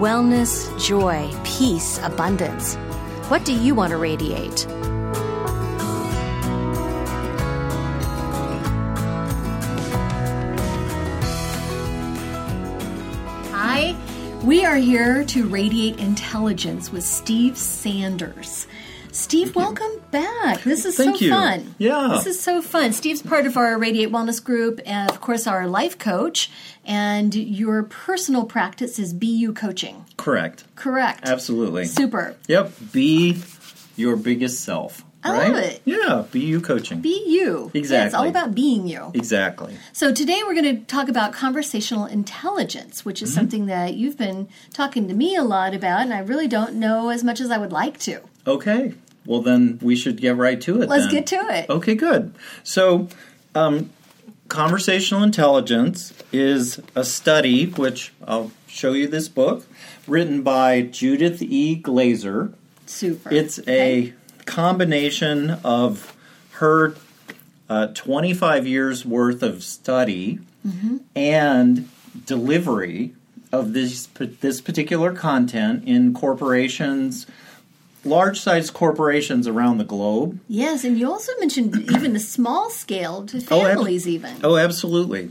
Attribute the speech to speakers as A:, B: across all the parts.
A: Wellness, joy, peace, abundance. What do you want to radiate?
B: Hi, we are here to radiate intelligence with Steve Sanders. Steve, welcome back. This is
C: Thank
B: so
C: you.
B: fun.
C: Yeah.
B: This is so fun. Steve's part of our Radiate Wellness Group, and of course, our life coach, and your personal practice is BU coaching.
C: Correct.
B: Correct.
C: Absolutely.
B: Super.
C: Yep. Be your biggest self.
B: I
C: right?
B: love it.
C: Yeah. Be you coaching.
B: Be you. Yeah, it's
C: Exactly.
B: all about being you.
C: exactly.
B: So today we're going to talk about conversational intelligence, which
C: Mm-hmm.
B: is something that you've been talking to me a lot about, and I really don't know as much as I would like to.
C: Okay. Well, then we should get right to it.
B: Let's
C: then.
B: get to it.
C: Okay. Good. So, um, conversational intelligence is a study which I'll show you this book written by Judith E. Glazer.
B: Super.
C: It's a combination of her uh, 25 years worth of study and delivery of this pa- this particular content in corporations, large sized corporations around the globe.
B: Yes, and you also mentioned even the small scale to
C: ab-
B: families, even.
C: Oh, absolutely.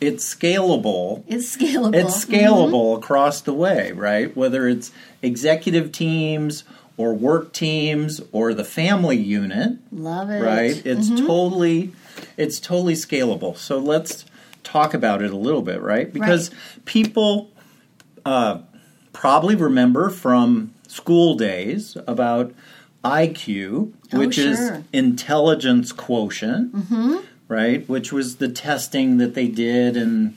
C: It's scalable.
B: It's scalable.
C: It's scalable across the way, right? Whether it's executive teams or work teams or the family unit,
B: Love it.
C: right? It's totally it's totally scalable. So let's talk about it a little bit, right? Because people uh, probably remember from school days about IQ, which is
B: sure.
C: intelligence quotient, right? Which was the testing that they did and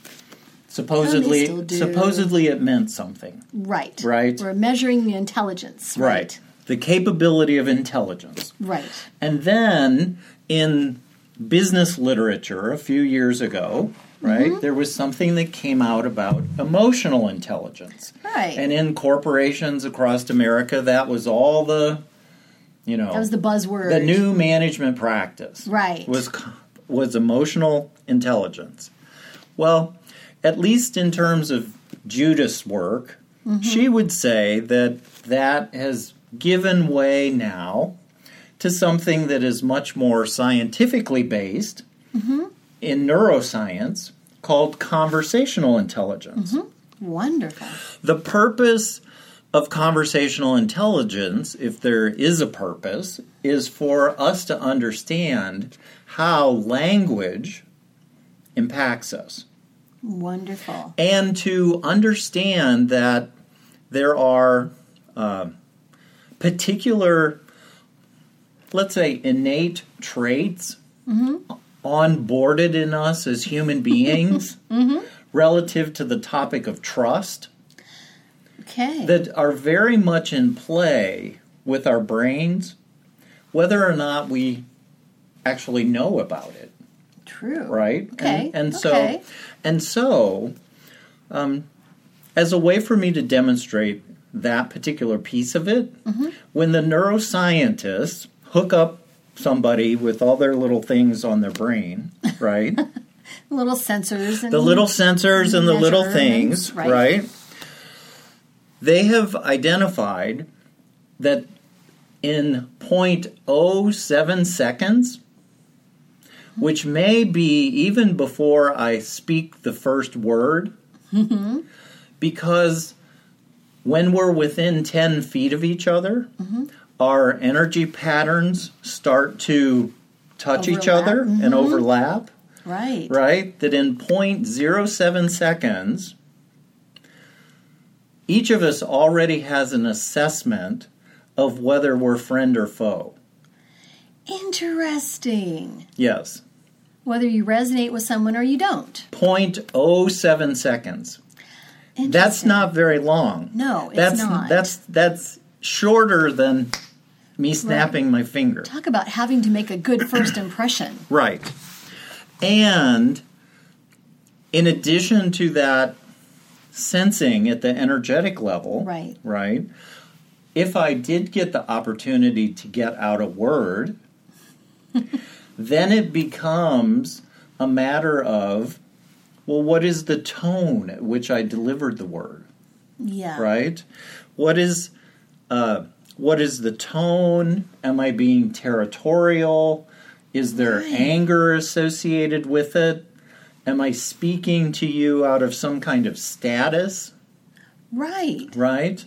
C: supposedly
B: still do.
C: supposedly it meant something.
B: Right.
C: Right.
B: We're measuring the intelligence.
C: Right. The capability of intelligence.
B: Right.
C: And then in business literature a few years ago, right,
B: Mm-hmm.
C: there was something that came out about emotional intelligence.
B: Right.
C: And in corporations across America, that was all the, you know,
B: That was the buzzword.
C: Oh. the new management practice.
B: Right.
C: Was c- was emotional intelligence. Well, at least in terms of Judas' work, she would say that that has given way now to something that is much more scientifically based in neuroscience called conversational intelligence.
B: Wonderful.
C: The purpose of conversational intelligence, if there is a purpose, is for us to understand how language impacts us
B: Wonderful.
C: and to understand that there are uh, particular, let's say, innate traits onboarded in us as human beings relative to the topic of trust
B: Okay.
C: that are very much in play with our brains, whether or not we actually know about it,
B: True.
C: right?
B: Okay,
C: And, and so,
B: okay.
C: and so, um, as a way for me to demonstrate that particular piece of it,
B: Mm-hmm.
C: when the neuroscientists hook up somebody with all their little things on their brain, right?
B: Little sensors and
C: the little sensors and the little
B: Measurements,
C: things,
B: right.
C: right. They have identified that in 0.07 seconds, which may be even before I speak the first word, because when we're within 10 feet of each other, our energy patterns start to touch each
B: Overlap.
C: other and overlap,
B: Right.
C: right? That in 0.07 seconds, each of us already has an assessment of whether we're friend or foe.
B: Interesting.
C: Yes,
B: Whether you resonate with someone or you don't.
C: 0.07 seconds. That's
B: Interesting.
C: not very long.
B: No, it's
C: that's,
B: not.
C: That's that's shorter than me snapping my finger.
B: Talk about having to make a good first impression.
C: Right. And in addition to that sensing at the energetic level,
B: Right.
C: Right. If I did get the opportunity to get out a word, then it becomes a matter of well, what is the tone at which I delivered the word?
B: Yeah.
C: right? What is uh, what is the tone? Am I being territorial? Is there anger associated with it? Am I speaking to you out of some kind of status,
B: Right.
C: right?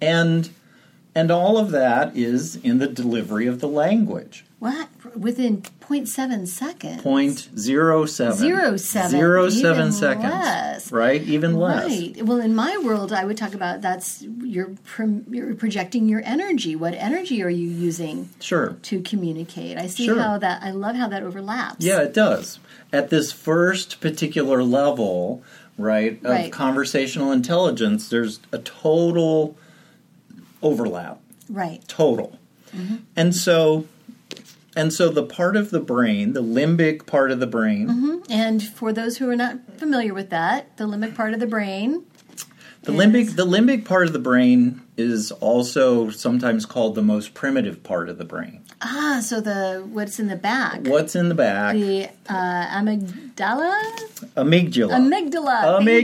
C: And and all of that is in the delivery of the language.
B: What? Within 0.7 seconds.
C: Point zero seven.
B: Zero seven,
C: Zero
B: even
C: seven seconds.
B: less.
C: Right? Even less.
B: Right. Well, in my world, I would talk about that's you're, pro- you're projecting your energy. What energy are you using
C: Sure.
B: to communicate? I see
C: Sure.
B: how that. I love how that overlaps.
C: Yeah, it does. At this first particular level, right, of
B: Right.
C: conversational intelligence, there's a total overlap.
B: Right.
C: Total.
B: Mm-hmm.
C: And so and so the part of the brain, the limbic part of the brain,
B: Mm-hmm. And for those who are not familiar with that, the limbic part of the brain.
C: the limbic the limbic part of the brain is also sometimes called the most primitive part of the brain.
B: Ah, so the what's in the back.
C: What's in the back?
B: The uh, amygdala. Amygdala.
C: amygdala.
B: Thank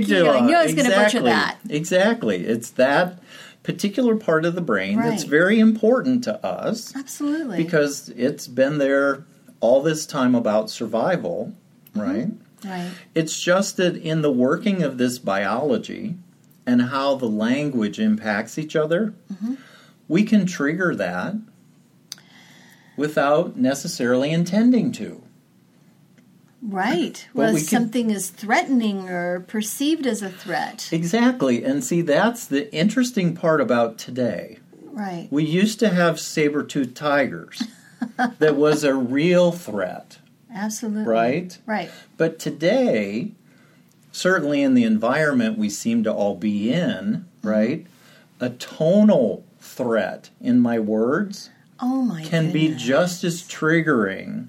B: you.
C: Amygdala.
B: I knew I was going to butcher
C: Exactly.
B: that.
C: Exactly. It's that particular part of the brain that's
B: Right.
C: very important to us
B: Absolutely.
C: because it's been there all this time about survival,
B: Mm-hmm.
C: right?
B: right.
C: It's just that in the working of this biology and how the language impacts each other,
B: Mm-hmm.
C: we can trigger that without necessarily intending to.
B: Right.
C: Well,
B: Well,
C: we can-
B: something is threatening or perceived as a threat.
C: Exactly. And see, that's the interesting part about today.
B: Right.
C: We used to have saber toothed tigers that was a real threat,
B: Absolutely.
C: right?
B: Right.
C: But today, certainly in the environment we seem to all be in, right? A tonal threat in my words
B: Oh my.
C: can be
B: goodness.
C: just as triggering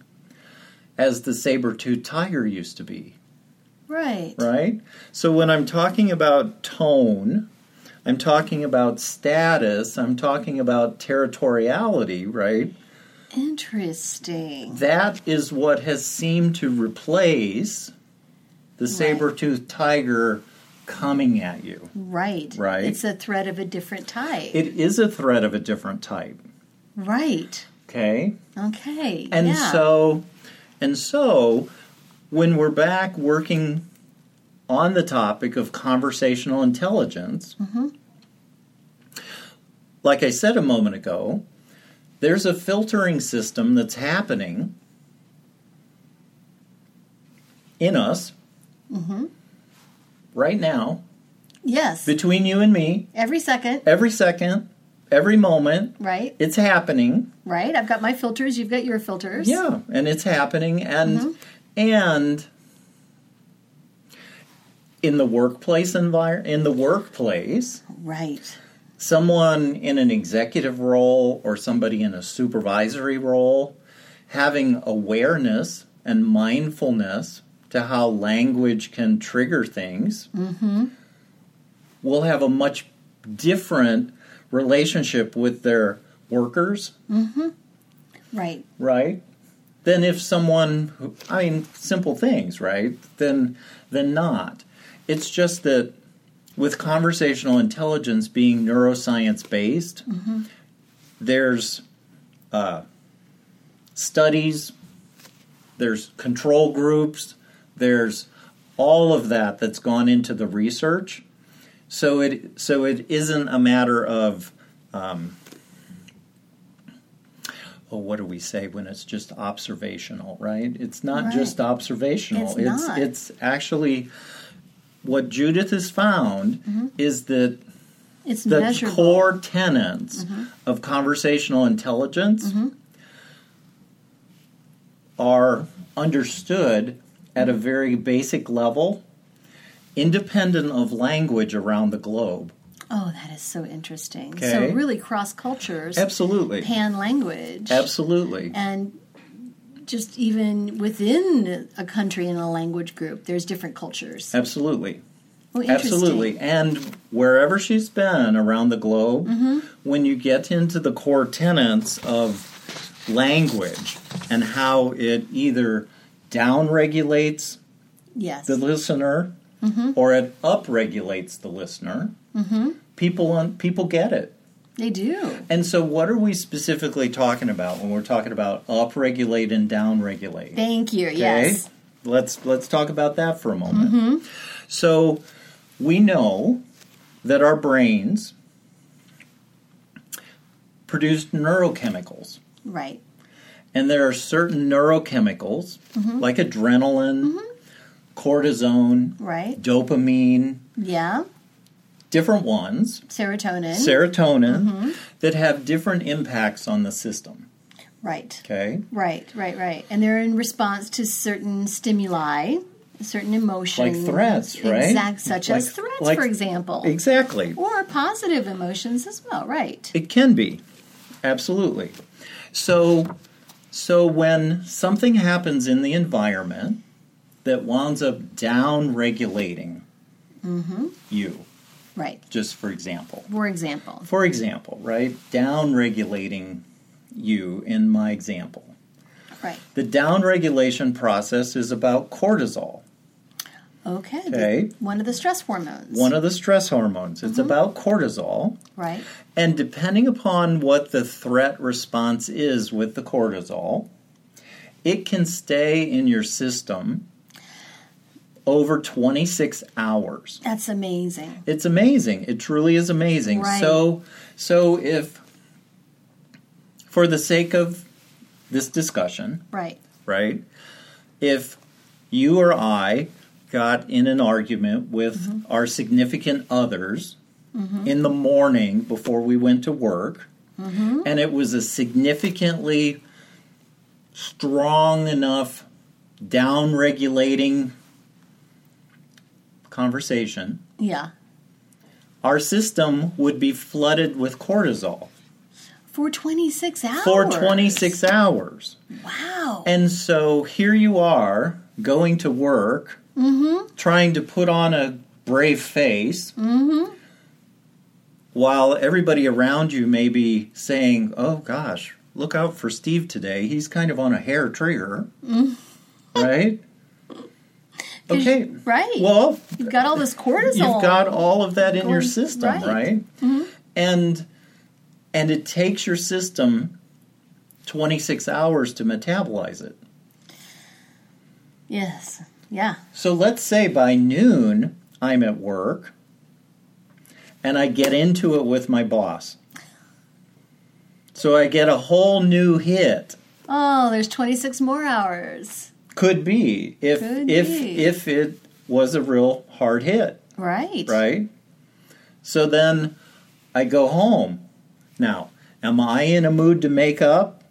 C: as the saber toothed tiger used to be.
B: right.
C: right? So when I'm talking about tone, I'm talking about status, I'm talking about territoriality, right?
B: Interesting.
C: That is what has seemed to replace the saber toothed tiger coming at you.
B: Right.
C: Right.
B: It's a threat of a different type.
C: It is a threat of a different type,
B: right.
C: okay?
B: Okay.
C: And
B: yeah.
C: so and so when we're back working on the topic of conversational intelligence, like I said a moment ago, there's a filtering system that's happening in us right now
B: Yes.
C: between you and me
B: Every second.
C: every second, every moment.
B: Right.
C: It's happening.
B: Right. I've got my filters. You've got your filters.
C: Yeah, and it's happening and and in the workplace environment in the workplace,
B: Right.
C: someone in an executive role or somebody in a supervisory role having awareness and mindfulness to how language can trigger things will have a much different relationship with their workers
B: Right.
C: right? Then if someone, who- I mean, simple things, right? Then, then not. It's just that with conversational intelligence being neuroscience based, there's uh, studies, there's control groups, there's all of that that's gone into the research. So it so it isn't a matter of um, oh, what do we say when it's just observational, right? It's not
B: Right.
C: just observational.
B: It's
C: it's
B: not.
C: it's actually what Judith has found is that
B: It's
C: the
B: Mm-hmm. measurable. Mm-hmm.
C: core tenets of conversational intelligence are understood at a very basic level, independent of language around the globe.
B: Oh, that is so interesting.
C: Okay.
B: So really cross cultures,
C: Absolutely.
B: pan language,
C: Absolutely.
B: and just even within a country and a language group, there's different cultures.
C: Absolutely.
B: Oh, interesting.
C: Absolutely. And wherever she's been around the globe, when you get into the core tenets of language and how it either downregulates
B: Yes.
C: the listener or it upregulates the listener, people un- people get it.
B: they do.
C: And so, what are we specifically talking about when we're talking about upregulate and downregulate?
B: Thank you.
C: Okay?
B: Yes.
C: Let's let's talk about that for a moment. Mm-hmm. So we know that our brains produce neurochemicals.
B: Right.
C: And there are certain neurochemicals
B: Mm-hmm.
C: like adrenaline, cortisone,
B: Right.
C: dopamine,
B: Yeah.
C: different ones,
B: Serotonin.
C: serotonin
B: Mm-hmm.
C: that have different impacts on the system,
B: right.
C: okay?
B: Right. Right. Right. And they're in response to certain stimuli, certain
C: Like
B: emotions,
C: threats, right?
B: Exact, such as
C: Like-
B: threats,
C: like-
B: for example,
C: Exactly.
B: or positive emotions as well. Right.
C: It can be, absolutely. So, so when something happens in the environment that winds up down regulating you,
B: Right.
C: just for example,
B: For example.
C: for example, right, down regulating you in my example,
B: Right.
C: the down regulation process is about cortisol,
B: Okay. the-
C: Okay.
B: one of the stress hormones.
C: one of the stress hormones. It's about cortisol.
B: Right.
C: And depending upon what the threat response is with the cortisol, it can stay in your system over 26 hours.
B: That's amazing.
C: It's amazing. It truly is amazing.
B: Right.
C: So so if for the sake of this discussion,
B: Right.
C: right? If you or I got in an argument with our significant others in the morning before we went to work, and it was a significantly strong enough down regulating conversation,
B: Yeah.
C: our system would be flooded with cortisol
B: For 26 hours.
C: for 26 hours.
B: Wow.
C: And so here you are going to work, trying to put on a brave face, while everybody around you may be saying, Oh gosh, look out for Steve today. He's kind of on a hair trigger. right? Okay.
B: Right.
C: Well,
B: You've got all this cortisol.
C: you've got all of that in your
B: Going-
C: system right,
B: right.
C: and and it takes your system 26 hours to metabolize it
B: Yes. Yeah.
C: so let's say by noon i'm at work and i get into it with my boss so i get a whole new hit
B: Oh, there's 26 more hours.
C: could be if
B: Could
C: if
B: be.
C: if it was a real hard hit
B: Right.
C: right? So then I go home. Now, am I in a mood to make up?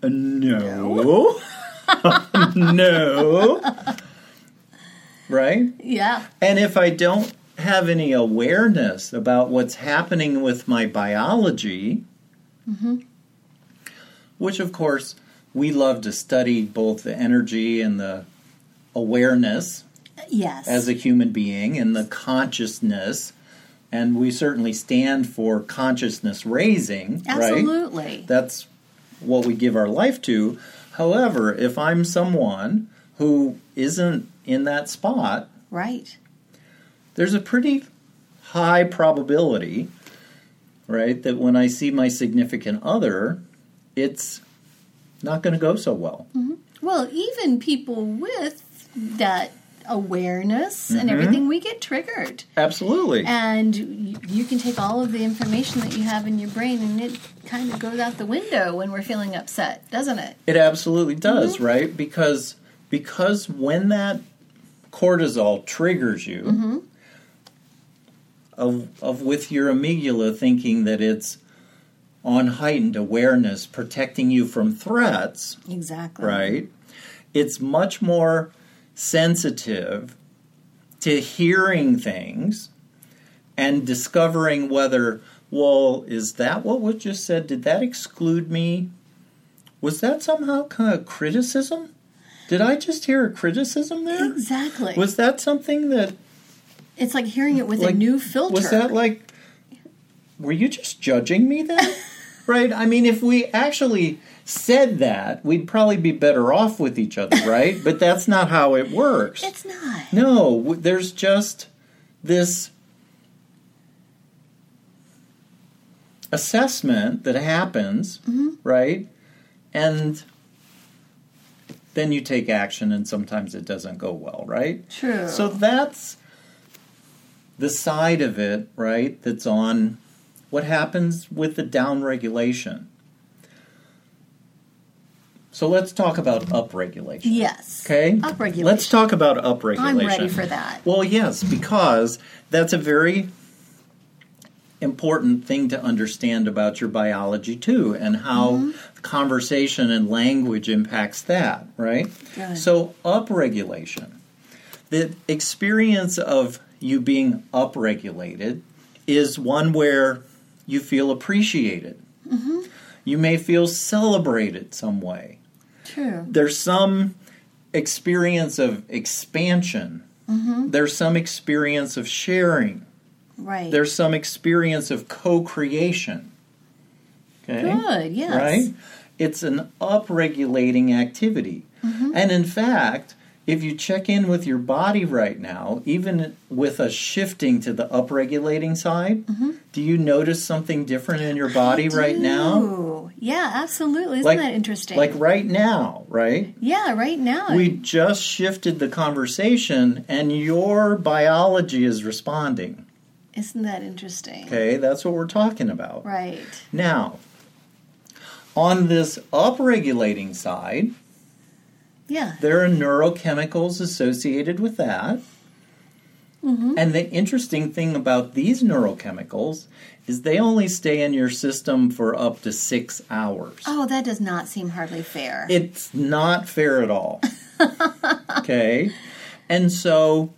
C: Uh, No. no. right?
B: Yeah.
C: And if I don't have any awareness about what's happening with my biology, which of course we love to study both the energy and the awareness
B: Yes.
C: as a human being and the consciousness and we certainly stand for consciousness raising right
B: Absolutely.
C: that's what we give our life to however if i'm someone who isn't in that spot
B: Right.
C: there's a pretty high probability right that when i see my significant other it's not going to go so well
B: Well, even people with that awareness
C: Mm-hmm.
B: and everything, we get triggered.
C: Absolutely.
B: And you, you can take all of the information that you have in your brain and it kind of goes out the window when we're feeling upset, doesn't it?
C: It absolutely does, right? Because because when that cortisol triggers you, of of with your amygdala thinking that it's on heightened awareness, protecting you from threats,
B: Exactly.
C: right? It's much more sensitive to hearing things and discovering whether, well, is that what was just said? Did that exclude me? Was that somehow kind of criticism? Did I just hear a criticism there?
B: Exactly.
C: Was that something that
B: it's like hearing it with
C: like
B: a new filter.
C: Was that like were you just judging me then? right? I mean if we actually said that, we'd probably be better off with each other, right? but that's not how it works.
B: it's not.
C: no, w- there's just this assessment that happens, right? And then you take action and sometimes it doesn't go well, right?
B: True.
C: So that's the side of it, right? That's on what happens with the down regulation. So let's talk about up regulation.
B: Yes.
C: Okay?
B: Upregulation.
C: Let's talk about upregulation.
B: I'm ready for that.
C: Well, yes, because that's a very important thing to understand about your biology too and how
B: Mm-hmm.
C: conversation and language impacts that, right?
B: Good.
C: So upregulation. The experience of you being upregulated is one where you feel appreciated.
B: Mm-hmm.
C: You may feel celebrated some way
B: True.
C: there's some experience of expansion.
B: Mm-hmm.
C: There's some experience of sharing.
B: Right.
C: There's some experience of co-creation. Okay.
B: Good, yes.
C: Right? It's an upregulating activity.
B: Mm-hmm.
C: And in fact, if you check in with your body right now, even with a shifting to the upregulating side,
B: Mm-hmm.
C: do you notice something different in your body right now?
B: Ooh. Yeah, absolutely. Isn't that interesting?
C: Like right now, right?
B: yeah, right now.
C: We just shifted the conversation and your biology is responding.
B: Isn't that interesting?
C: Okay, that's what we're talking about.
B: Right.
C: Now, on this upregulating side,
B: Yeah.
C: there are neurochemicals associated with that. And the interesting thing about these neurochemicals is they only stay in your system for up to six hours.
B: Oh, that does not seem hardly fair.
C: It's not fair at all. okay. And so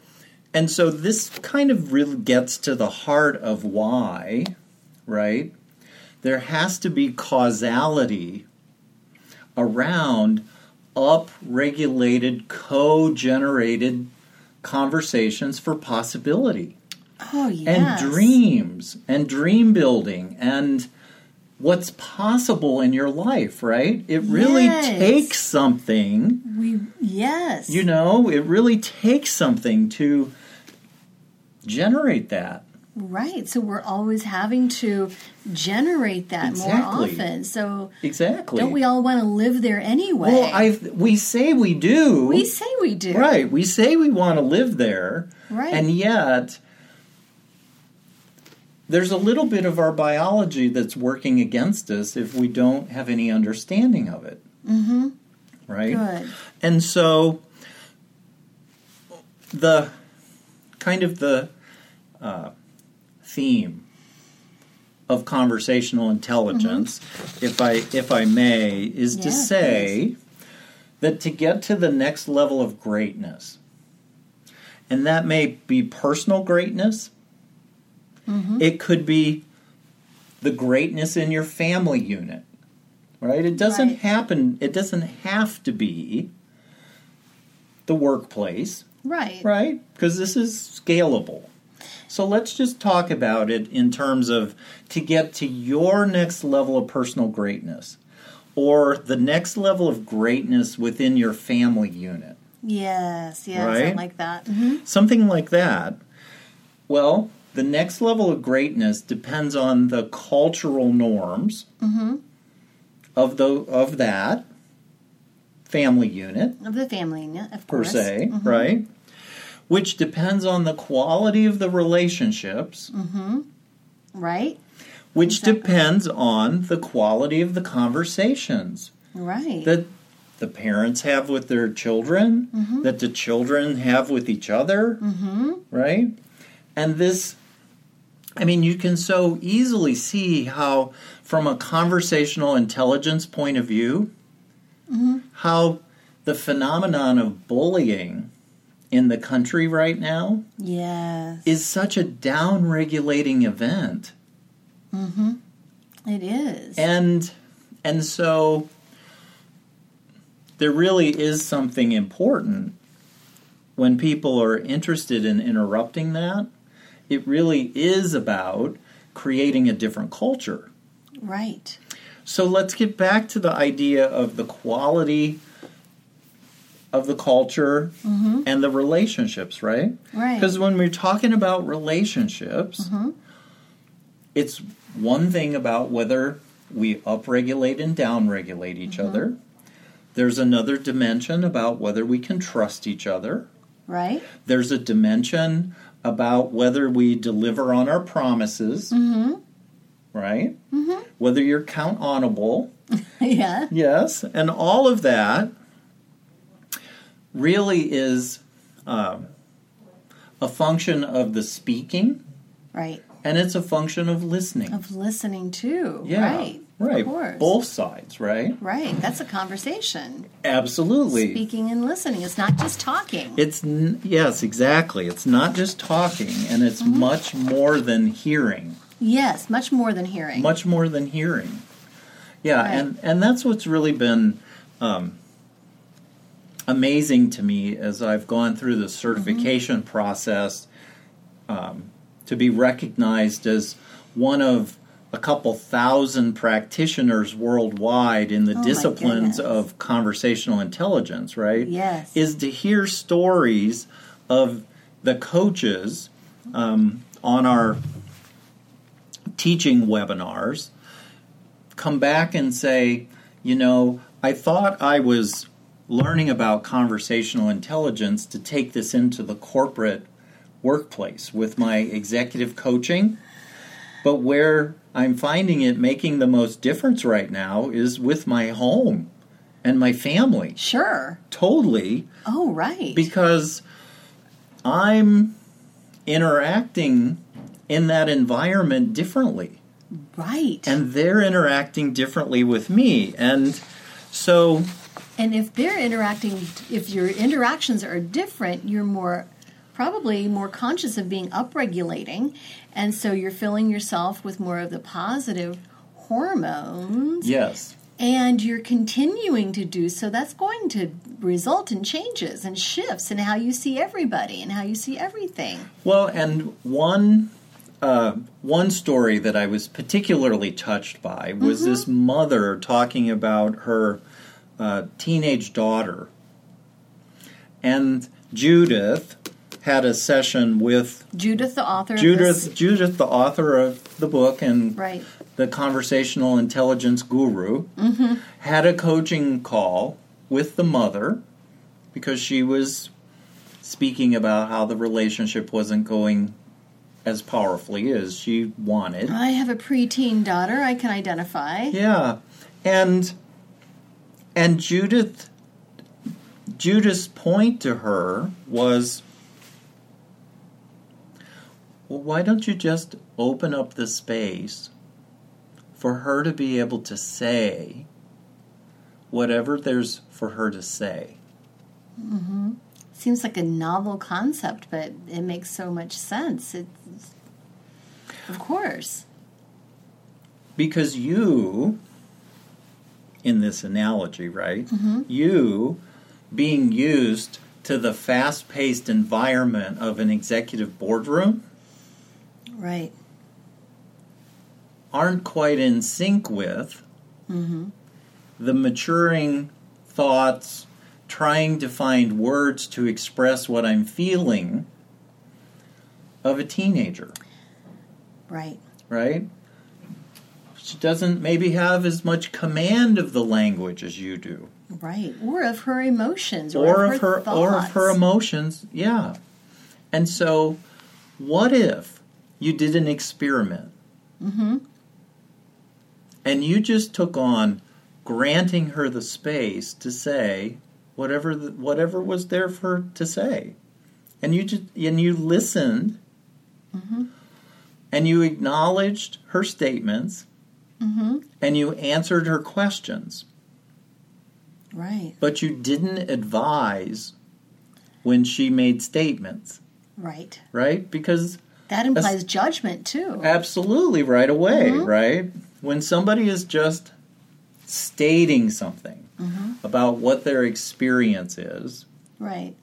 C: and so this kind of really gets to the heart of why, right? There has to be causality around upregulated co-generated conversations for possibility
B: oh, yes.
C: and dreams and dream building and what's possible in your life, right? It really
B: Yes.
C: takes something,
B: We, yes.
C: you know, it really takes something to generate that.
B: right. So we're always having to generate that more
C: Exactly.
B: often. So
C: Exactly.
B: don't we all want to live there anyway?
C: Well, I we say we do.
B: we say we do.
C: Right. We say we want to live there.
B: Right.
C: And yet there's a little bit of our biology that's working against us if we don't have any understanding of it. Mm-hmm. Right?
B: Good.
C: And so the kind of the uh, theme of conversational intelligence, if I if I may, is to
B: Yeah,
C: say that to get to the next level of greatness, and that may be personal greatness, it could be the greatness in your family unit. Right? It doesn't
B: Right.
C: happen it doesn't have to be the workplace,
B: Right.
C: right? Because this is scalable. So let's just talk about it in terms of to get to your next level of personal greatness or the next level of greatness within your family unit,
B: Yes. Yes. I
C: Right.
B: like that. Mhm.
C: something like that. Well, the next level of greatness depends on the cultural norms of the of that family unit
B: Of the family, yeah, of
C: per
B: course. Mm,
C: se, right? which depends on the quality of the relationships,
B: Right?
C: which depends on the quality of the conversations
B: Right.
C: that the parents have with their children, that the children have with each other, right? And this, I mean, you can so easily see how, from a conversational intelligence point of view, how the phenomenon of bullying in the country right now
B: yes.
C: is such a down regulating event.
B: It is.
C: and and so there really is something important when people are interested in interrupting that it really is about creating a different culture
B: right.
C: so let's get back to the idea of the quality of the culture and the relationships, right?
B: Right.
C: Because when we're talking about relationships, it's one thing about whether we upregulate and downregulate each other. There's another dimension about whether we can trust each other.
B: Right.
C: There's a dimension about whether we deliver on our promises, right? Whether you're count onable.
B: yeah.
C: Yes, and all of that really is um, a function of the speaking,
B: Right.
C: and it's a function of listening.
B: Of listening too.
C: yeah,
B: Right.
C: right.
B: Of course.
C: Both sides, right?
B: Right. That's a conversation.
C: Absolutely.
B: Speaking and listening. It's not just talking.
C: It's n- yes, exactly. It's not just talking, and it's
B: Mm-hmm.
C: much more than hearing.
B: yes. Much more than hearing.
C: much more than hearing. Yeah,
B: Right.
C: and and that's what's really been um, amazing to me as I've gone through the certification
B: Mm-hmm.
C: process um, to be recognized as one of a couple thousand practitioners worldwide in the
B: Oh my
C: disciplines
B: goodness.
C: of conversational intelligence, right?
B: Yes.
C: Is to hear stories of the coaches um, on our teaching webinars come back and say, you know, I thought I was learning about conversational intelligence to take this into the corporate workplace with my executive coaching, but where I'm finding it making the most difference right now is with my home and my family.
B: Sure.
C: Totally
B: Oh, right.
C: because I'm interacting in that environment differently
B: right.
C: and they're interacting differently with me and so
B: And if they're interacting, if your interactions are different, you're more probably more conscious of being upregulating, and so you're filling yourself with more of the positive hormones,
C: yes
B: and you're continuing to do so. That's going to result in changes and shifts in how you see everybody and how you see everything.
C: well and one uh, one story that i was particularly touched by was this mother talking about her uh, teenage daughter and judith had a session with
B: Judith, the author, of
C: judith
B: this-
C: judith the author of the book and
B: right?
C: the conversational intelligence guru, had a coaching call with the mother because she was speaking about how the relationship wasn't going as powerfully as she wanted.
B: I have a preteen daughter. I can identify.
C: Yeah. And and Judith Judith's point to her was well, why don't you just open up the space for her to be able to say whatever there's for her to say?
B: Seems like a novel concept, but it makes so much sense. It's, of course.
C: because you in this analogy right you being used to the fast-paced environment of an executive boardroom
B: Right.
C: aren't quite in sync with the maturing thoughts trying to find words to express what i'm feeling of a teenager
B: Right.
C: right? She doesn't maybe have as much command of the language as you do,
B: Right. Or of her emotions. Or,
C: or of
B: her,
C: her, or of her
B: thoughts.
C: emotions. Yeah, And so, what if you did an experiment
B: Mm-hmm.
C: and you just took on granting her the space to say whatever the, whatever was there for her to say, and you just and you listened,
B: Mm-hmm.
C: and you acknowledged her statements,
B: Mm-hmm.
C: and you answered her questions,
B: Right.
C: but you didn't advise when she made statements,
B: Right.
C: right? Because
B: That implies judgment too.
C: Absolutely, right away, right? When somebody is just stating something about what their experience is,
B: Right.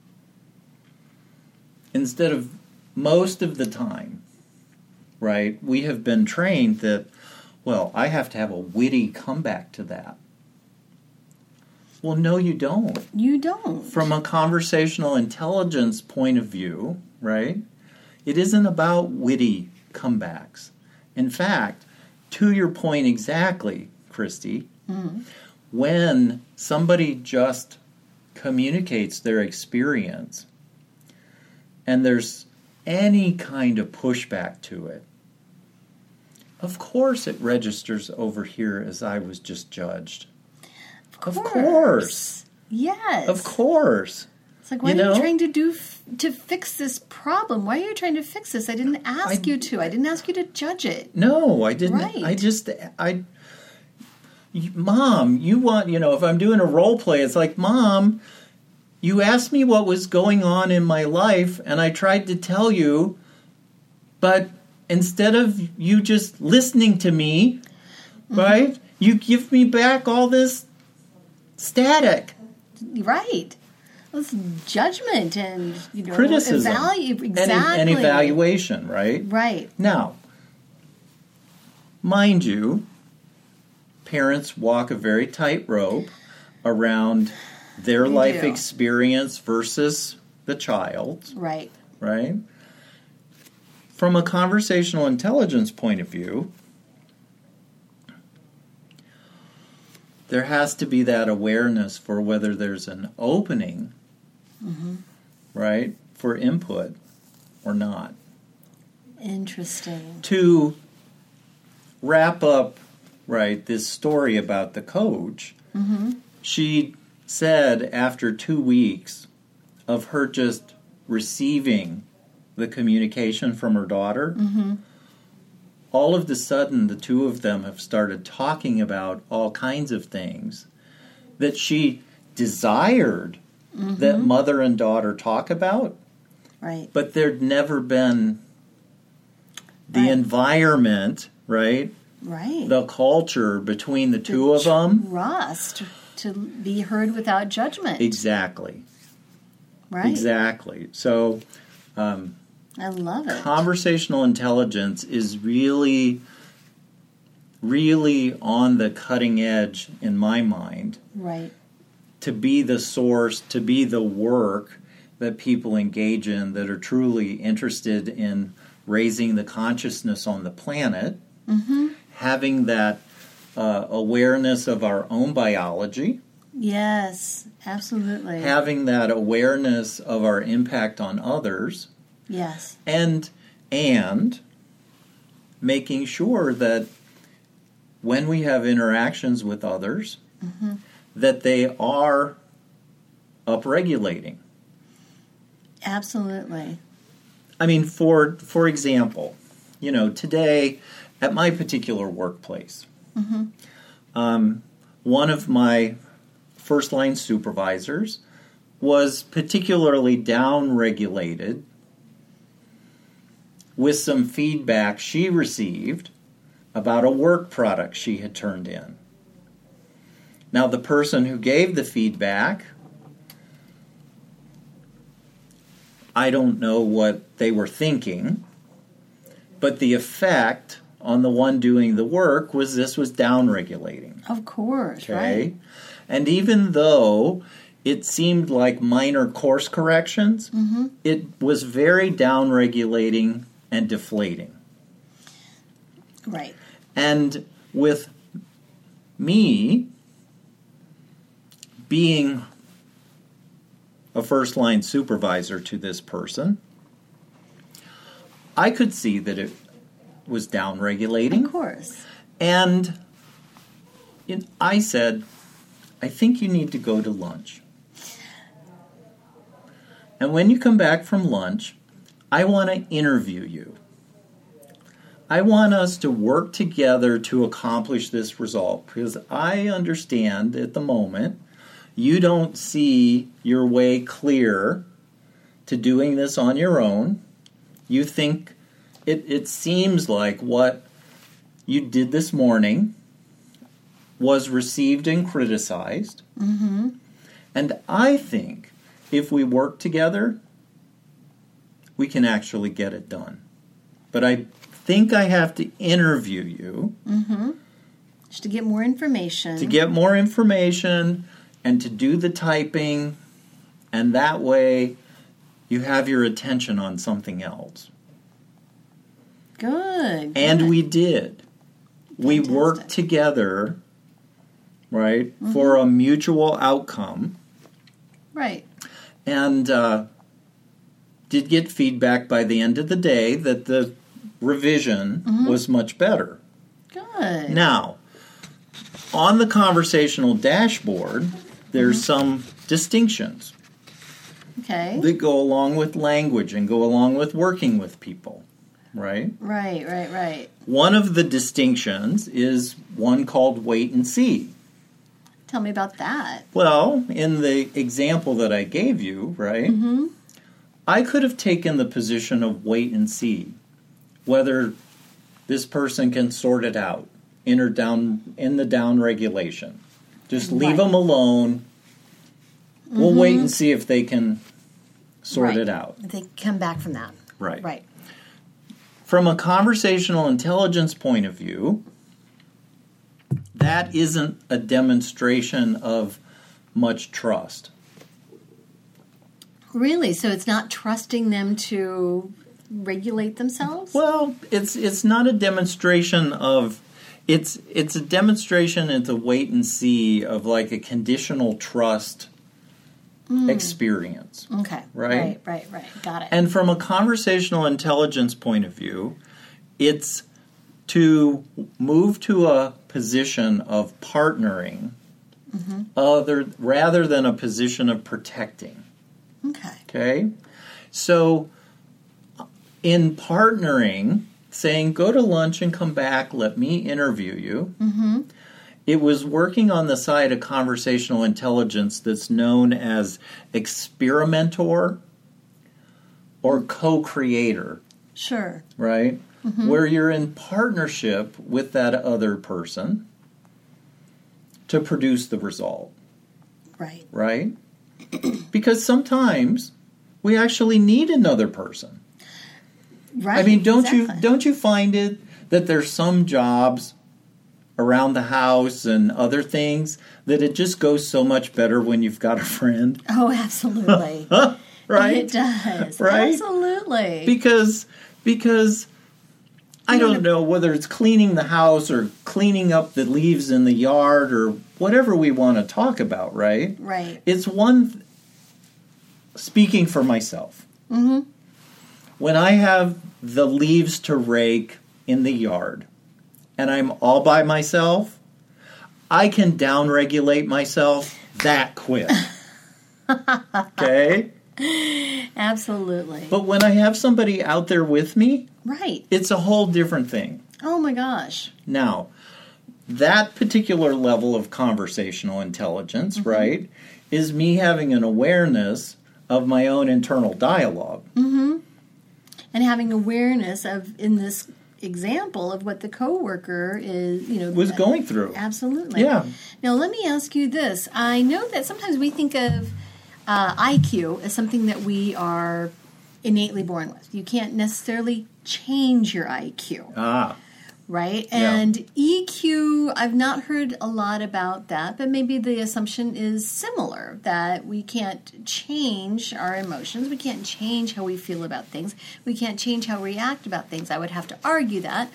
C: instead of most of the time, right, we have been trained that, well, I have to have a witty comeback to that. Well, no, you don't.
B: You don't.
C: From a conversational intelligence point of view, right, it isn't about witty comebacks. In fact, to your point exactly, Christy, when somebody just communicates their experience and there's any kind of pushback to it, of course it registers over here as I was just judged. Of course.
B: Yes.
C: Of course.
B: It's like, why
C: You
B: are
C: know?
B: you trying to do f- to fix this problem? Why are you trying to fix this? I didn't ask you to. I didn't ask you to judge it.
C: No, I didn't.
B: Right.
C: I just I you- Mom, you want, you know, if I'm doing a role play, it's like, "Mom, you asked me what was going on in my life and I tried to tell you, but instead of you just listening to me,
B: Mm-hmm.
C: right? You give me back all this static."
B: Right. It's judgment and you know
C: Criticism
B: evalu-
C: and-
B: exactly
C: and evaluation, right?
B: Right.
C: Now, mind you, parents walk a very tight rope around their life
B: do.
C: experience versus the child,
B: Right.
C: right? From a conversational intelligence point of view, there has to be that awareness for whether there's an opening, right, for input or not
B: Interesting.
C: to wrap up right this story about the coach she said after two weeks of her just receiving the communication from her daughter all of the sudden the two of them have started talking about all kinds of things that she desired that mother and daughter talk about
B: Right.
C: but there'd never been the
B: Right.
C: environment, right?
B: Right.
C: The culture between the two of them.
B: Trust to be heard without judgment.
C: Exactly.
B: right.
C: Exactly. So,
B: I love it.
C: conversational intelligence is really, really on the cutting edge in my mind
B: right.
C: to be the source, to be the work that people engage in that are truly interested in raising the consciousness on the planet, having that uh, awareness of our own biology,
B: Yes. Absolutely.
C: having that awareness of our impact on others,
B: yes.
C: and and making sure that when we have interactions with others that they are upregulating
B: Absolutely.
C: I mean, for for example, you know, today at my particular workplace, um, one of my first line supervisors was particularly down regulated with some feedback she received about a work product she had turned in. Now, the person who gave the feedback I don't know what they were thinking, but the effect on the one doing the work was this was downregulating.
B: Of course.
C: Okay.
B: Right.
C: And even though it seemed like minor course corrections, it was very downregulating and deflating.
B: Right.
C: And with me being a first line supervisor to this person, I could see that it was downregulating.
B: Of course.
C: And it, I said, I think you need to go to lunch. And when you come back from lunch, I want to interview you. I want us to work together to accomplish this result because I understand at the moment you don't see your way clear to doing this on your own. You think it, it seems like what you did this morning was received and criticized.
B: Mm-hmm.
C: And I think if we work together, we can actually get it done. But I think I have to interview you
B: Mm-hmm. Just to get more information.
C: to get more information and to do the typing, and that way you have your attention on something else.
B: good.
C: And
B: good.
C: we did. We worked
B: Fantastic.
C: together, right, for a mutual outcome.
B: right.
C: and uh, did get feedback by the end of the day that the revision was much better.
B: Good.
C: Now, on the conversational dashboard, there's some distinctions
B: okay.
C: that go along with language and go along with working with people, right?
B: right. Right. Right.
C: One of the distinctions is one called wait and see.
B: Tell me about that.
C: Well, in the example that I gave you, right?
B: Mm-hmm.
C: I could have taken the position of wait and see whether this person can sort it out in or down in the down regulation. Just leave
B: Right. Mm-hmm.
C: them alone. We'll wait and see if they can sort
B: Right.
C: it out.
B: They come back from that.
C: Right.
B: Right.
C: From a conversational intelligence point of view, that isn't a demonstration of much trust.
B: Really? So it's not trusting them to regulate themselves?
C: Well, it's it's not a demonstration of it's it's a demonstration it's a wait and see of like a conditional trust experience.
B: Okay.
C: Right.
B: Right. Right. right. Got it.
C: And from a conversational intelligence point of view, it's to move to a position of partnering other rather than a position of protecting.
B: okay.
C: Okay? So, in partnering, saying, go to lunch and come back, let me interview you, mm-hmm. it was working on the side of conversational intelligence that's known as experimentor or co creator,
B: Sure.
C: right? Where you're in partnership with that other person to produce the result
B: Right.
C: right? because sometimes we actually need another person.
B: Right.
C: I mean, don't you
B: exactly.
C: don't you find it that there's some jobs around the house and other things that it just goes so much better when you've got a friend,
B: Oh, absolutely. It
C: right?
B: does.
C: Right?
B: Absolutely.
C: because because I don't know whether it's cleaning the house or cleaning up the leaves in the yard or whatever we want to talk about, right?
B: right.
C: It's one th- speaking for myself. When I have the leaves to rake in the yard and I'm all by myself, I can downregulate myself that quick. okay?
B: Absolutely.
C: But when I have somebody out there with me,
B: right.
C: it's a whole different thing.
B: Oh my gosh.
C: Now, that particular level of conversational intelligence,
B: Mm-hmm.
C: right, is me having an awareness of my own internal dialog
B: And having awareness of in this example of what the coworker is, you know,
C: was going through.
B: Absolutely.
C: Yeah.
B: Now, let me ask you this. I know that sometimes we think of uh, IQ as something that we are innately born with. You can't necessarily change your IQ,
C: Ah,
B: right?
C: yeah.
B: And EQ, I've not heard a lot about that, but maybe the assumption is similar that we can't change our emotions. We can't change how we feel about things. We can't change how we react about things. I would have to argue that.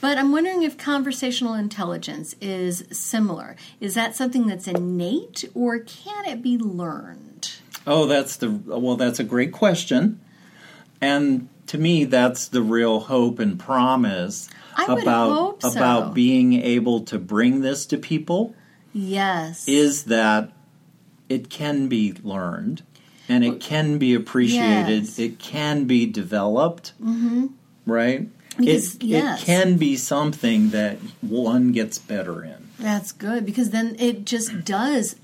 B: But I'm wondering if conversational intelligence is similar. Is that something that's innate or can it be learned?
C: oh, that's the well. That's a great question. And to me, that's the real hope and promise
B: I would
C: about
B: hope so.
C: about being able to bring this to people
B: Yes.
C: is that it can be learned and it can be appreciated,
B: Yes. Mm-hmm.
C: it can be developed, right?
B: Because-
C: it,
B: yes.
C: it can be something that one gets better in.
B: That's good because then it just does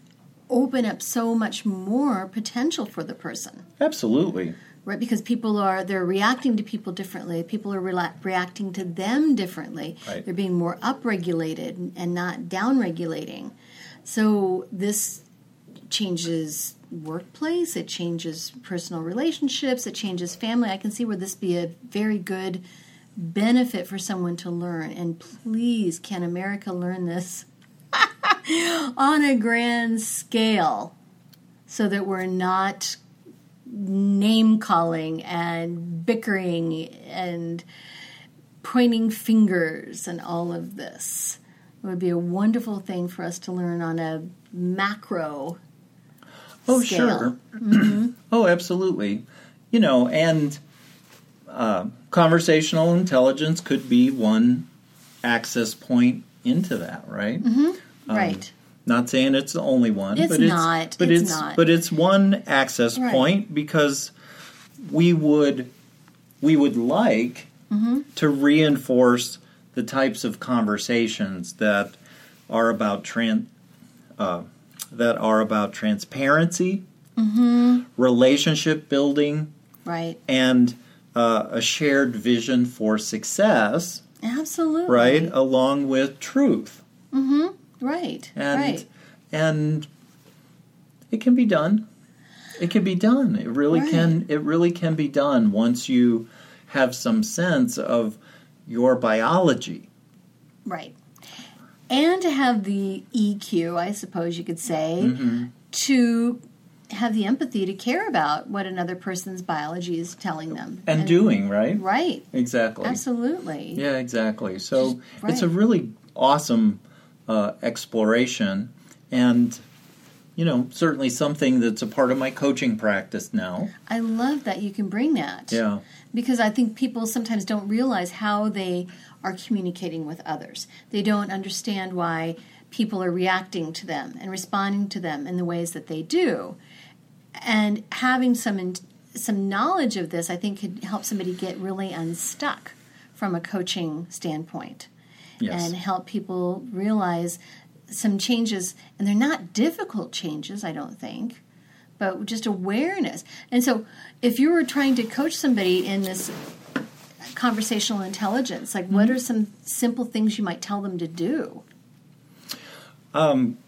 B: open up so much more potential for the person.
C: Absolutely.
B: right because people are they're reacting to people differently people are rela- reacting to them differently
C: Right.
B: they're being more upregulated and not downregulating so this changes workplace it changes personal relationships it changes family i can see where this be a very good benefit for someone to learn and please can america learn this on a grand scale so that we're not name calling and bickering and pointing fingers and all of this. It would be a wonderful thing for us to learn on a macro.
C: Oh,
B: scale. Mm-hmm.
C: sure. oh, absolutely. You know, and uh, conversational intelligence could be one access point into that, right? Um,
B: right.
C: Not saying it's the only one,
B: It's
C: but it's
B: not.
C: But
B: It's
C: it's,
B: not.
C: but it's one access
B: Right.
C: point because we would we would like
B: Mm-hmm.
C: to reinforce the types of conversations that are about tran- uh, that are about transparency,
B: Mm-hmm.
C: relationship building,
B: Right.
C: and uh, a shared vision for success,
B: Absolutely.
C: right? Along with truth
B: Right.
C: and
B: right.
C: and it can be done it can be done it really
B: Right.
C: can it really can be done once you have some sense of your biology
B: Right. And to have the EQ, I suppose you could say,
C: Mm-hmm.
B: to have the empathy to care about what another person's biology is telling them.
C: and, doing right
B: Right.
C: exactly
B: Absolutely.
C: yeah exactly so
B: Right.
C: it's a really awesome uh, exploration and you know certainly something that's a part of my coaching practice now
B: I love that you can bring that.
C: yeah
B: Because I think people sometimes don't realize how they are communicating with others. They don't understand why people are reacting to them and responding to them in the ways that they do. And having some in, some knowledge of this, I think, could help somebody get really unstuck from a coaching standpoint
C: yes
B: and help people realize some changes. And they're not difficult changes, I don't think, but just awareness. And so, if you were trying to coach somebody in this conversational intelligence, like
C: Mm-hmm.
B: what are some simple things you might tell them to do? Um,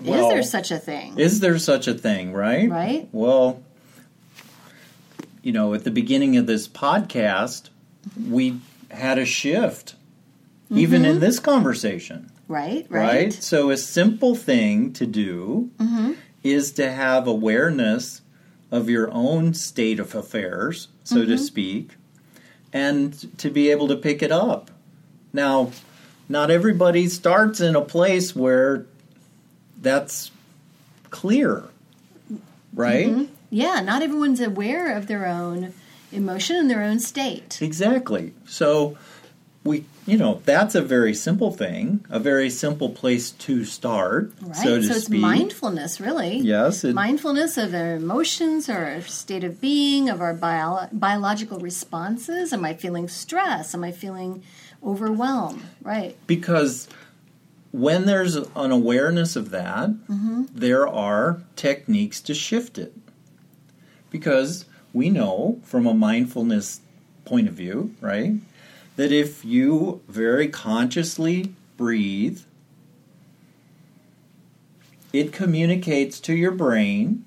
B: Is there
C: well-
B: such a thing?
C: Is there such a thing, right?
B: Right.
C: Well, you know, at the beginning of this podcast, we had a shift, even in this conversation,
B: right,
C: right?
B: right, Mm-hmm.
C: So, a simple thing to do is to have awareness of your own state of affairs, so
B: Mm-hmm.
C: to speak, and to be able to pick it up. Now, not everybody starts in a place where that's clear, right?
B: Mm-hmm. Yeah, not everyone's aware of their own emotion and their own state.
C: Exactly. So we, you know, that's a very simple thing, a very simple place to start,
B: Right.
C: so to
B: it's
C: speak.
B: mindfulness, really.
C: Yes, it-
B: mindfulness of our emotions, our state of being, of our bio- biological responses. Am I feeling stress? Am I feeling overwhelmed? Right.
C: because when there's an awareness of that,
B: Mm-hmm.
C: there are techniques to shift it. Because we know from a mindfulness point of view, right, that if you very consciously breathe, it communicates to your brain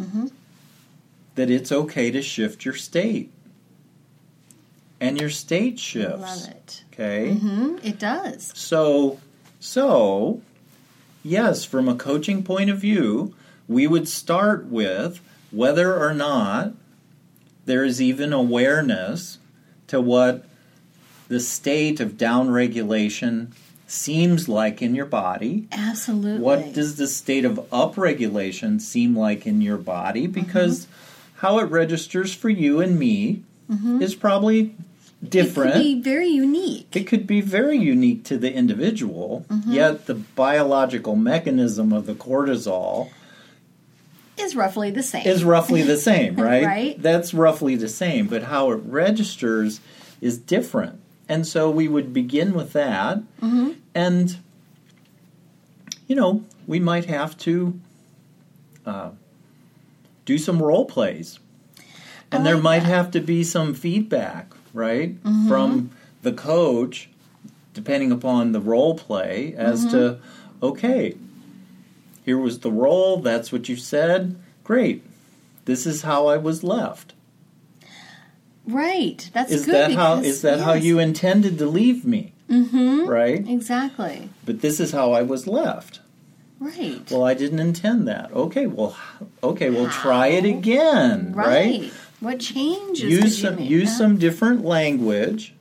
B: Mm-hmm.
C: that it's okay to shift your state. And your state shifts.
B: Love it.
C: Okay?
B: Hmm, It does.
C: So, so yes, from a coaching point of view, we would start with whether or not there is even awareness to what the state of downregulation seems like in your body.
B: Absolutely. Mm-hmm.
C: What does the state of upregulation seem like in your body? Because how it registers for you and me is probably
B: It
C: different.
B: Mm-hmm. could be very unique.
C: it could be very unique to the individual, yet the biological mechanism of the cortisol
B: Is roughly the same.
C: is roughly the same, right?
B: Right.
C: That's roughly the same, but how it registers is different. And so we would begin with that. And, you know, we might have to uh, do some role plays. And there
B: like
C: might have to be some feedback, right,
B: Mm-hmm.
C: from the coach, depending upon the role play, as to,
B: Mm-hmm.
C: okay, here was the role, that's what you said, great. This is how I was left.
B: right. That's
C: Is
B: good.
C: that how
B: because-
C: is that how
B: yes,
C: you intended to leave me? Mm-hmm. Right?
B: Exactly.
C: But this is how I was left.
B: Right.
C: Well, I didn't intend that. Okay, well h- okay, we'll try it again, right?
B: What changes? did
C: Use
B: you
C: some
B: make?
C: use
B: Huh?
C: some different language.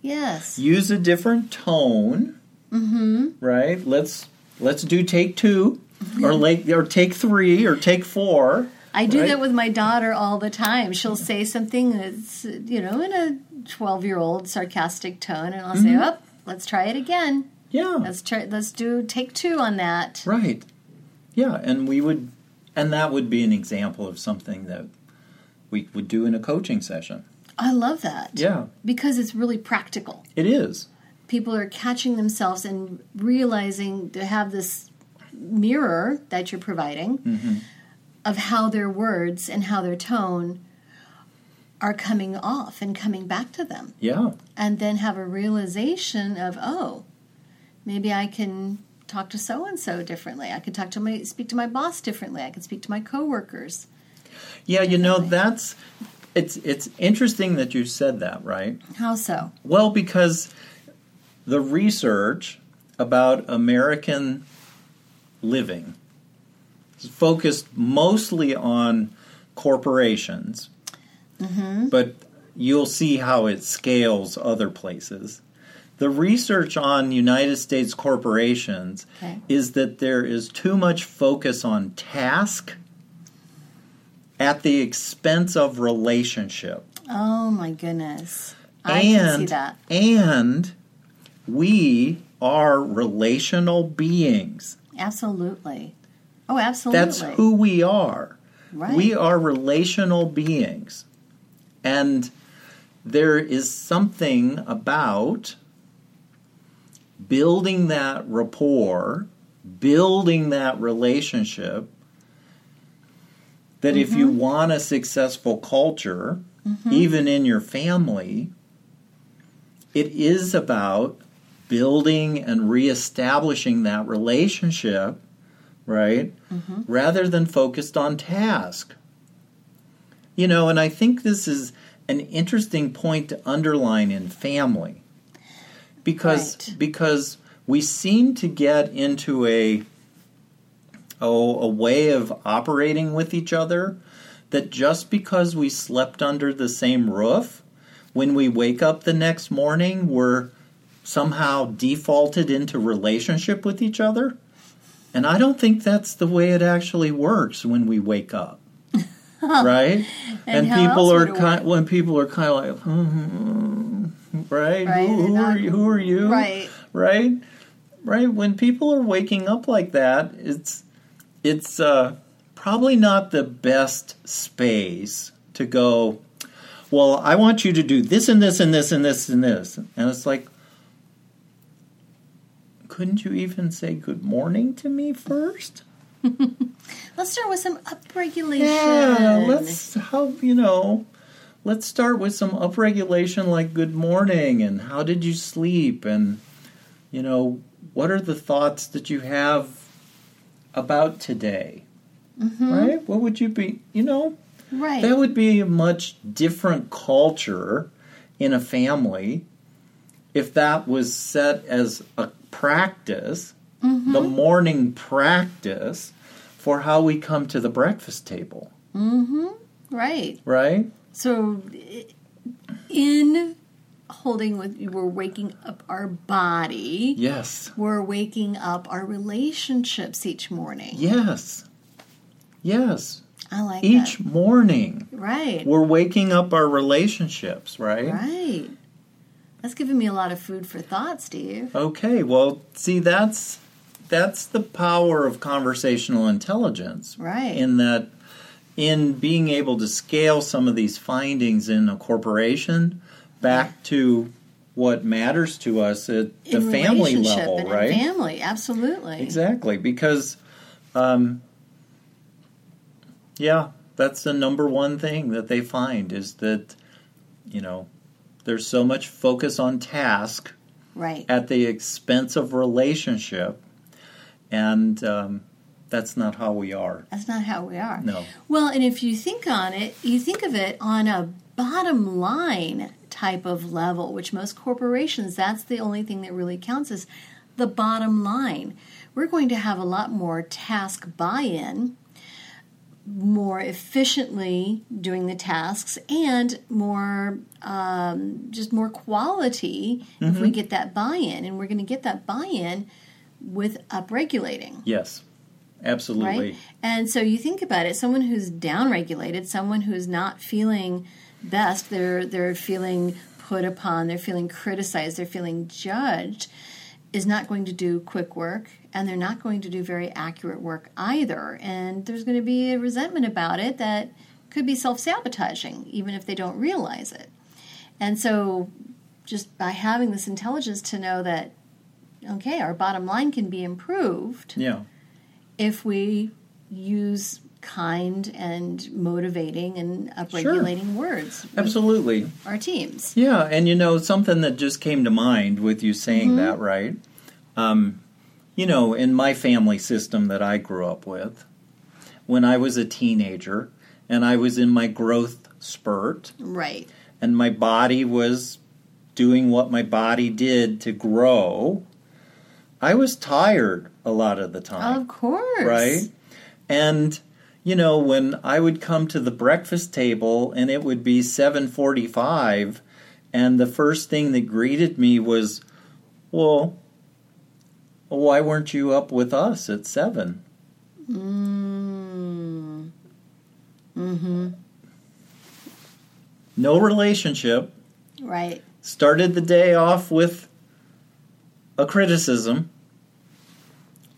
B: Yes.
C: use a different tone mm-hmm. right let's let's do take two or like or take three or take four
B: I do
C: right?
B: that with my daughter all the time. She'll say something that's, you know, in a 12 year old sarcastic tone, and I'll
C: Mm-hmm.
B: say, oh, let's try it again.
C: yeah
B: Let's try, let's do take two on that.
C: right yeah and we would and that would be an example of something that we would do in a coaching session
B: I love that.
C: yeah
B: Because it's really practical.
C: it is
B: People are catching themselves and realizing they have this mirror that you're providing
C: Mm-hmm.
B: of how their words and how their tone are coming off and coming back to them.
C: yeah
B: and then have a realization of oh maybe i can talk to so and so differently i could talk to my speak to my boss differently i could speak to my coworkers
C: yeah you know that's it's it's interesting that you said that right
B: how so
C: Well, because the research about American living is focused mostly on corporations, but you'll see how it scales other places. The research on United States corporations
B: Okay.
C: is that there is too much focus on task at the expense of relationship
B: oh my goodness i
C: and,
B: can see that
C: And we are relational beings.
B: absolutely oh absolutely
C: That's who we are.
B: right
C: We are relational beings. And there is something about building that rapport, building that relationship, that if you want a successful culture, even in your family, it is about building and reestablishing that relationship, right? Rather than focused on task. You know, and I think this is an interesting point to underline in family. Because
B: Right.
C: because we seem to get into a oh, a way of operating with each other that just because we slept under the same roof, when we wake up the next morning, we're somehow defaulted into relationship with each other. And I don't think that's the way it actually works when we wake up. right?
B: And how
C: people
B: else
C: are
B: would it
C: kind when people are kind of like "Hmm,
B: Right,
C: right? Who,
B: they're
C: who
B: not-
C: are you? Who are you?
B: right
C: right right when people are waking up like that it's it's uh, probably not the best space to go well i want you to do this and this and this and this and this and it's like couldn't you even say good morning to me first
B: let's start with some upregulation
C: yeah let's how you know let's start with some upregulation like good morning and how did you sleep and you know what are the thoughts that you have about today right what would you be you know
B: right
C: that would be a much different culture in a family if that was set as a practice the morning practice for how we come to the breakfast table
B: right
C: right?
B: so i- in holding with we're waking up our body
C: Yes.
B: we're waking up our relationships each morning
C: Yes. Yes.
B: I like
C: each
B: that.
C: morning.
B: Right.
C: We're waking up our relationships, right?
B: Right. That's giving me a lot of food for thought, Steve.
C: Okay, well, see that's that's the power of conversational intelligence.
B: Right.
C: In that in being able to scale some of these findings in a corporation back to what matters to us at the
B: in
C: family
B: relationship
C: level,
B: and in
C: right?
B: family, absolutely.
C: Exactly, because um, yeah, that's the number one thing that they find is that you know there's so much focus on task
B: Right.
C: at the expense of relationship, and um, that's not how we are.
B: That's not how we are.
C: No.
B: Well, and if you think on it, you think of it on a bottom line type of level, which most corporations, that's the only thing that really counts is the bottom line. We're going to have a lot more task buy in, more efficiently doing the tasks, and more um, just more quality if we get that buy in. And we're going to get that buy in with upregulating
C: Yes, absolutely.
B: right? And so you think about it: someone who's downregulated, someone who's not feeling best, they're they're feeling put upon, they're feeling criticized, they're feeling judged, is not going to do quick work, and they're not going to do very accurate work either. And there's going to be a resentment about it that could be self sabotaging, even if they don't realize it. And so, just by having this intelligence to know that. Okay, our bottom line can be improved
C: Yeah,
B: if we use kind and motivating and upregulating words with
C: absolutely.
B: our teams.
C: Yeah, and you know something that just came to mind with you saying that, right? Um, you know, in my family system that I grew up with, when I was a teenager and I was in my growth spurt,
B: Right.
C: and my body was doing what my body did to grow, I was tired a lot of the time.
B: Of course.
C: Right? And you know, when I would come to the breakfast table and it would be 7:45 and the first thing that greeted me was, "Well, why weren't you up with us at 7?"
B: Mm,
C: No relationship.
B: right.
C: started the day off with a criticism,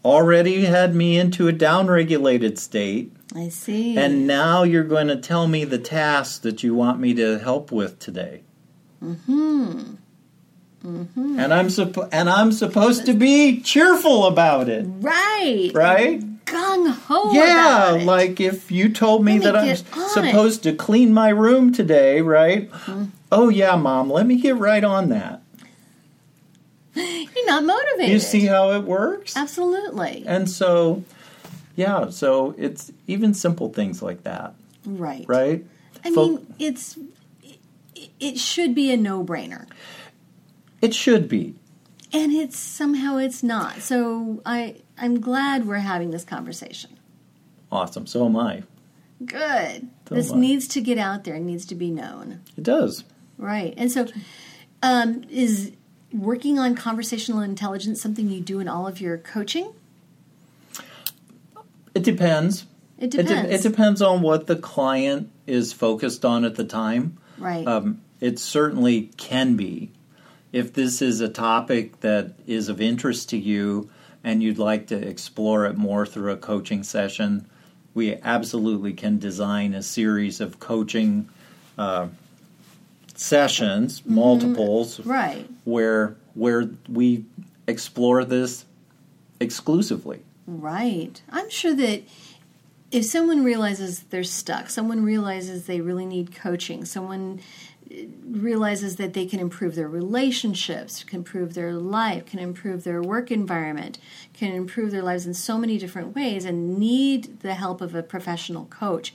C: already had me into a downregulated state,
B: I see.
C: and now you're going to tell me the task that you want me to help with today. Mm-hmm. Mm-hmm. And I'm suppo- and I'm supposed to be cheerful about it,
B: right.
C: right?
B: Gung ho.
C: Yeah,
B: Mm-hmm. about it.
C: like if you told me
B: Let me
C: that I'm
B: get on
C: supposed to clean my room today, right?
B: Mm-hmm.
C: Oh yeah, mom, let me get right on that.
B: you're not motivated.
C: You see how it works?
B: Absolutely.
C: And so, yeah, so it's even simple things like that,
B: Right.
C: right?
B: I
C: Fo-
B: mean, it's it, it should be a no-brainer.
C: it should be.
B: And it's somehow it's not. So I I'm glad we're having this conversation.
C: Awesome. So am I.
B: Good.
C: So
B: this
C: much.
B: needs to get out there. It needs to be known.
C: It does.
B: Right. And so, um, is working on conversational intelligence something you do in all of your coaching?
C: It depends.
B: It
C: It, de-
B: depends.
C: it depends on what the client is focused on at the time.
B: Right.
C: Um, it certainly can be. If this is a topic that is of interest to you and you'd like to explore it more through a coaching session, we absolutely can design a series of coaching uh, sessions, multiples,
B: Mm-hmm. right.
C: where where we explore this exclusively.
B: Right. I'm sure that if someone realizes they're stuck, someone realizes they really need coaching, someone eh, realizes that they can improve their relationships, can improve their life, can improve their work environment, can improve their lives in so many different ways and need the help of a professional coach,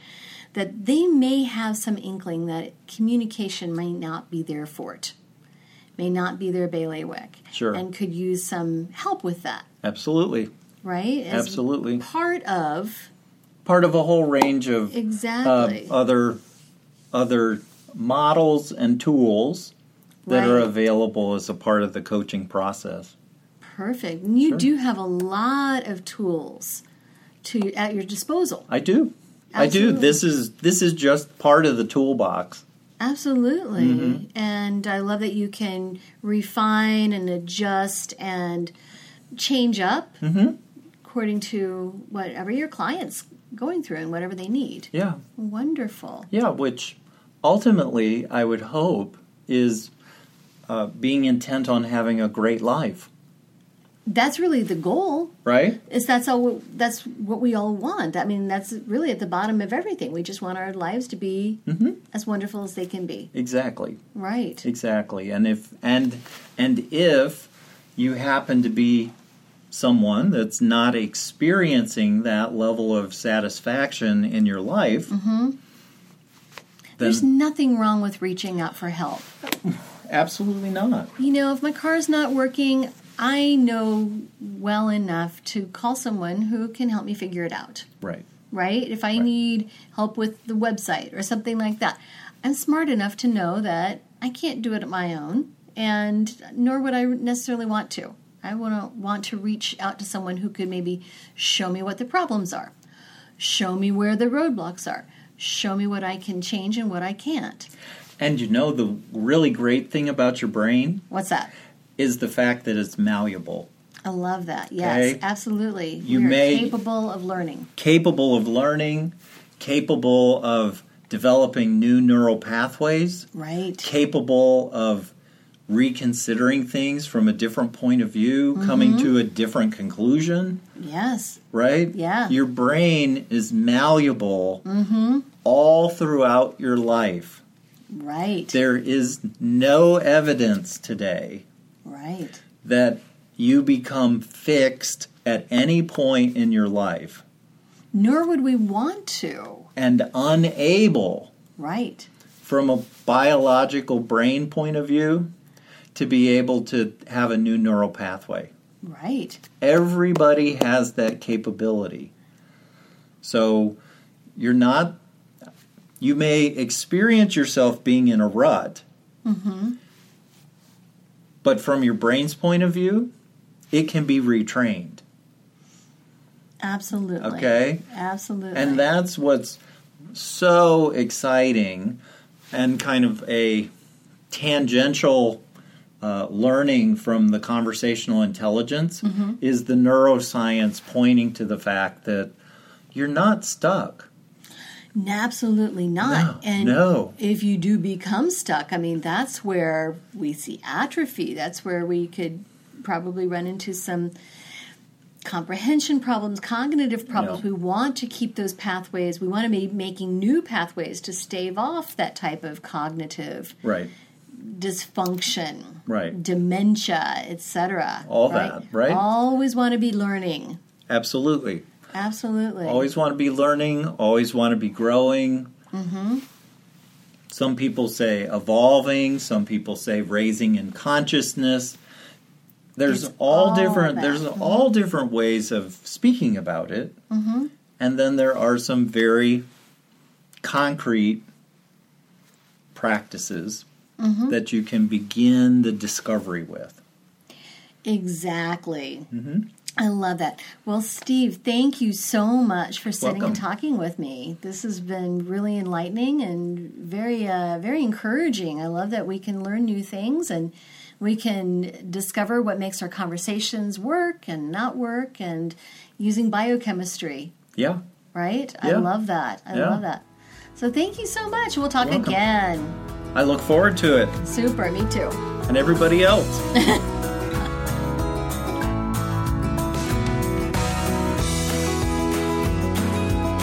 B: that they may have some inkling that communication might not be their forte, may not be their bailiwick,
C: Sure.
B: and could use some help with that
C: Absolutely.
B: right? As
C: Absolutely.
B: Part of
C: part of a whole range of
B: Exactly.
C: Um, uh, other other models and tools that are
B: Right.
C: available as a part of the coaching process.
B: perfect. And you do have a lot of tools to at your disposal.
C: I do. I do. This is this is just part of the toolbox.
B: Absolutely.
C: Mm-hmm.
B: And I love that you can refine and adjust and change up
C: Mm-hmm.
B: according to whatever your client's going through and whatever they need.
C: Yeah.
B: Wonderful.
C: Yeah, which ultimately I would hope is uh, being intent on having a great life,
B: That's really the goal.
C: right?
B: Is that's all that's what we all want. I mean, that's really at the bottom of everything. We just want our lives to be as wonderful as they can be.
C: Exactly.
B: Right.
C: Exactly. And if and and if you happen to be someone that's not experiencing that level of satisfaction in your life,
B: There's
C: then
B: nothing wrong with reaching out for help.
C: absolutely not.
B: You know, if my car's not working, I know well enough to call someone who can help me figure it out,
C: Right.
B: right? If I need help with the website or something like that, I'm smart enough to know that I can't do it on my own, and nor would I necessarily want to. I want to want to reach out to someone who could maybe show me what the problems are, show me where the roadblocks are, show me what I can change and what I can't.
C: And you know the really great thing about your brain
B: What's that?
C: is the fact that it's malleable,
B: I love that. Yes,
C: Okay.
B: absolutely.
C: You
B: we are
C: may-
B: capable of learning.
C: capable of learning, capable of developing new neural pathways,
B: Right.
C: capable of reconsidering things from a different point of view, coming to a different conclusion,
B: Yes.
C: right?
B: Yeah.
C: Your brain is malleable all throughout your life.
B: Right.
C: There is no evidence today
B: Right.
C: that you become fixed at any point in your life
B: Nor would we want to.
C: and unable
B: Right.
C: from a biological brain point of view to be able to have a new neural pathway.
B: Right.
C: Everybody has that capability. So you're not, you may experience yourself being in a rut, but from your brain's point of view, it can be retrained.
B: Absolutely.
C: Okay?
B: Absolutely.
C: And that's what's so exciting and kind of a tangential uh, learning from the conversational intelligence is the neuroscience pointing to the fact that you're not stuck.
B: N- absolutely not.
C: No,
B: and
C: no.
B: if you do become stuck, I mean, that's where we see atrophy. That's where we could probably run into some comprehension problems, cognitive problems.
C: Yeah.
B: We want to keep those pathways. We want to be making new pathways to stave off that type of cognitive
C: Right.
B: dysfunction,
C: Right.
B: dementia, etc.
C: All that, right?
B: Always want to be learning.
C: Absolutely.
B: Absolutely.
C: Always want to be learning, always want to be growing. Mm-hmm. Some people say evolving, some people say raising in consciousness. There's
B: It's
C: all, Mm-hmm.
B: all
C: different
B: that.
C: there's all different ways of speaking about it. Mm-hmm. And then there are some very concrete practices that you can begin the discovery with.
B: Exactly. Mm-hmm. I love that. Well, Steve, thank you so much for sitting
C: Welcome.
B: and talking with me. This has been really enlightening and very, uh, very encouraging. I love that we can learn new things and we can discover what makes our conversations work and not work, and using biochemistry.
C: Yeah.
B: Right? I
C: Yeah.
B: love that. I
C: Yeah.
B: love that. So thank you so much. We'll talk
C: welcome.
B: again.
C: I look forward to it
B: Super. Me too.
C: and everybody else.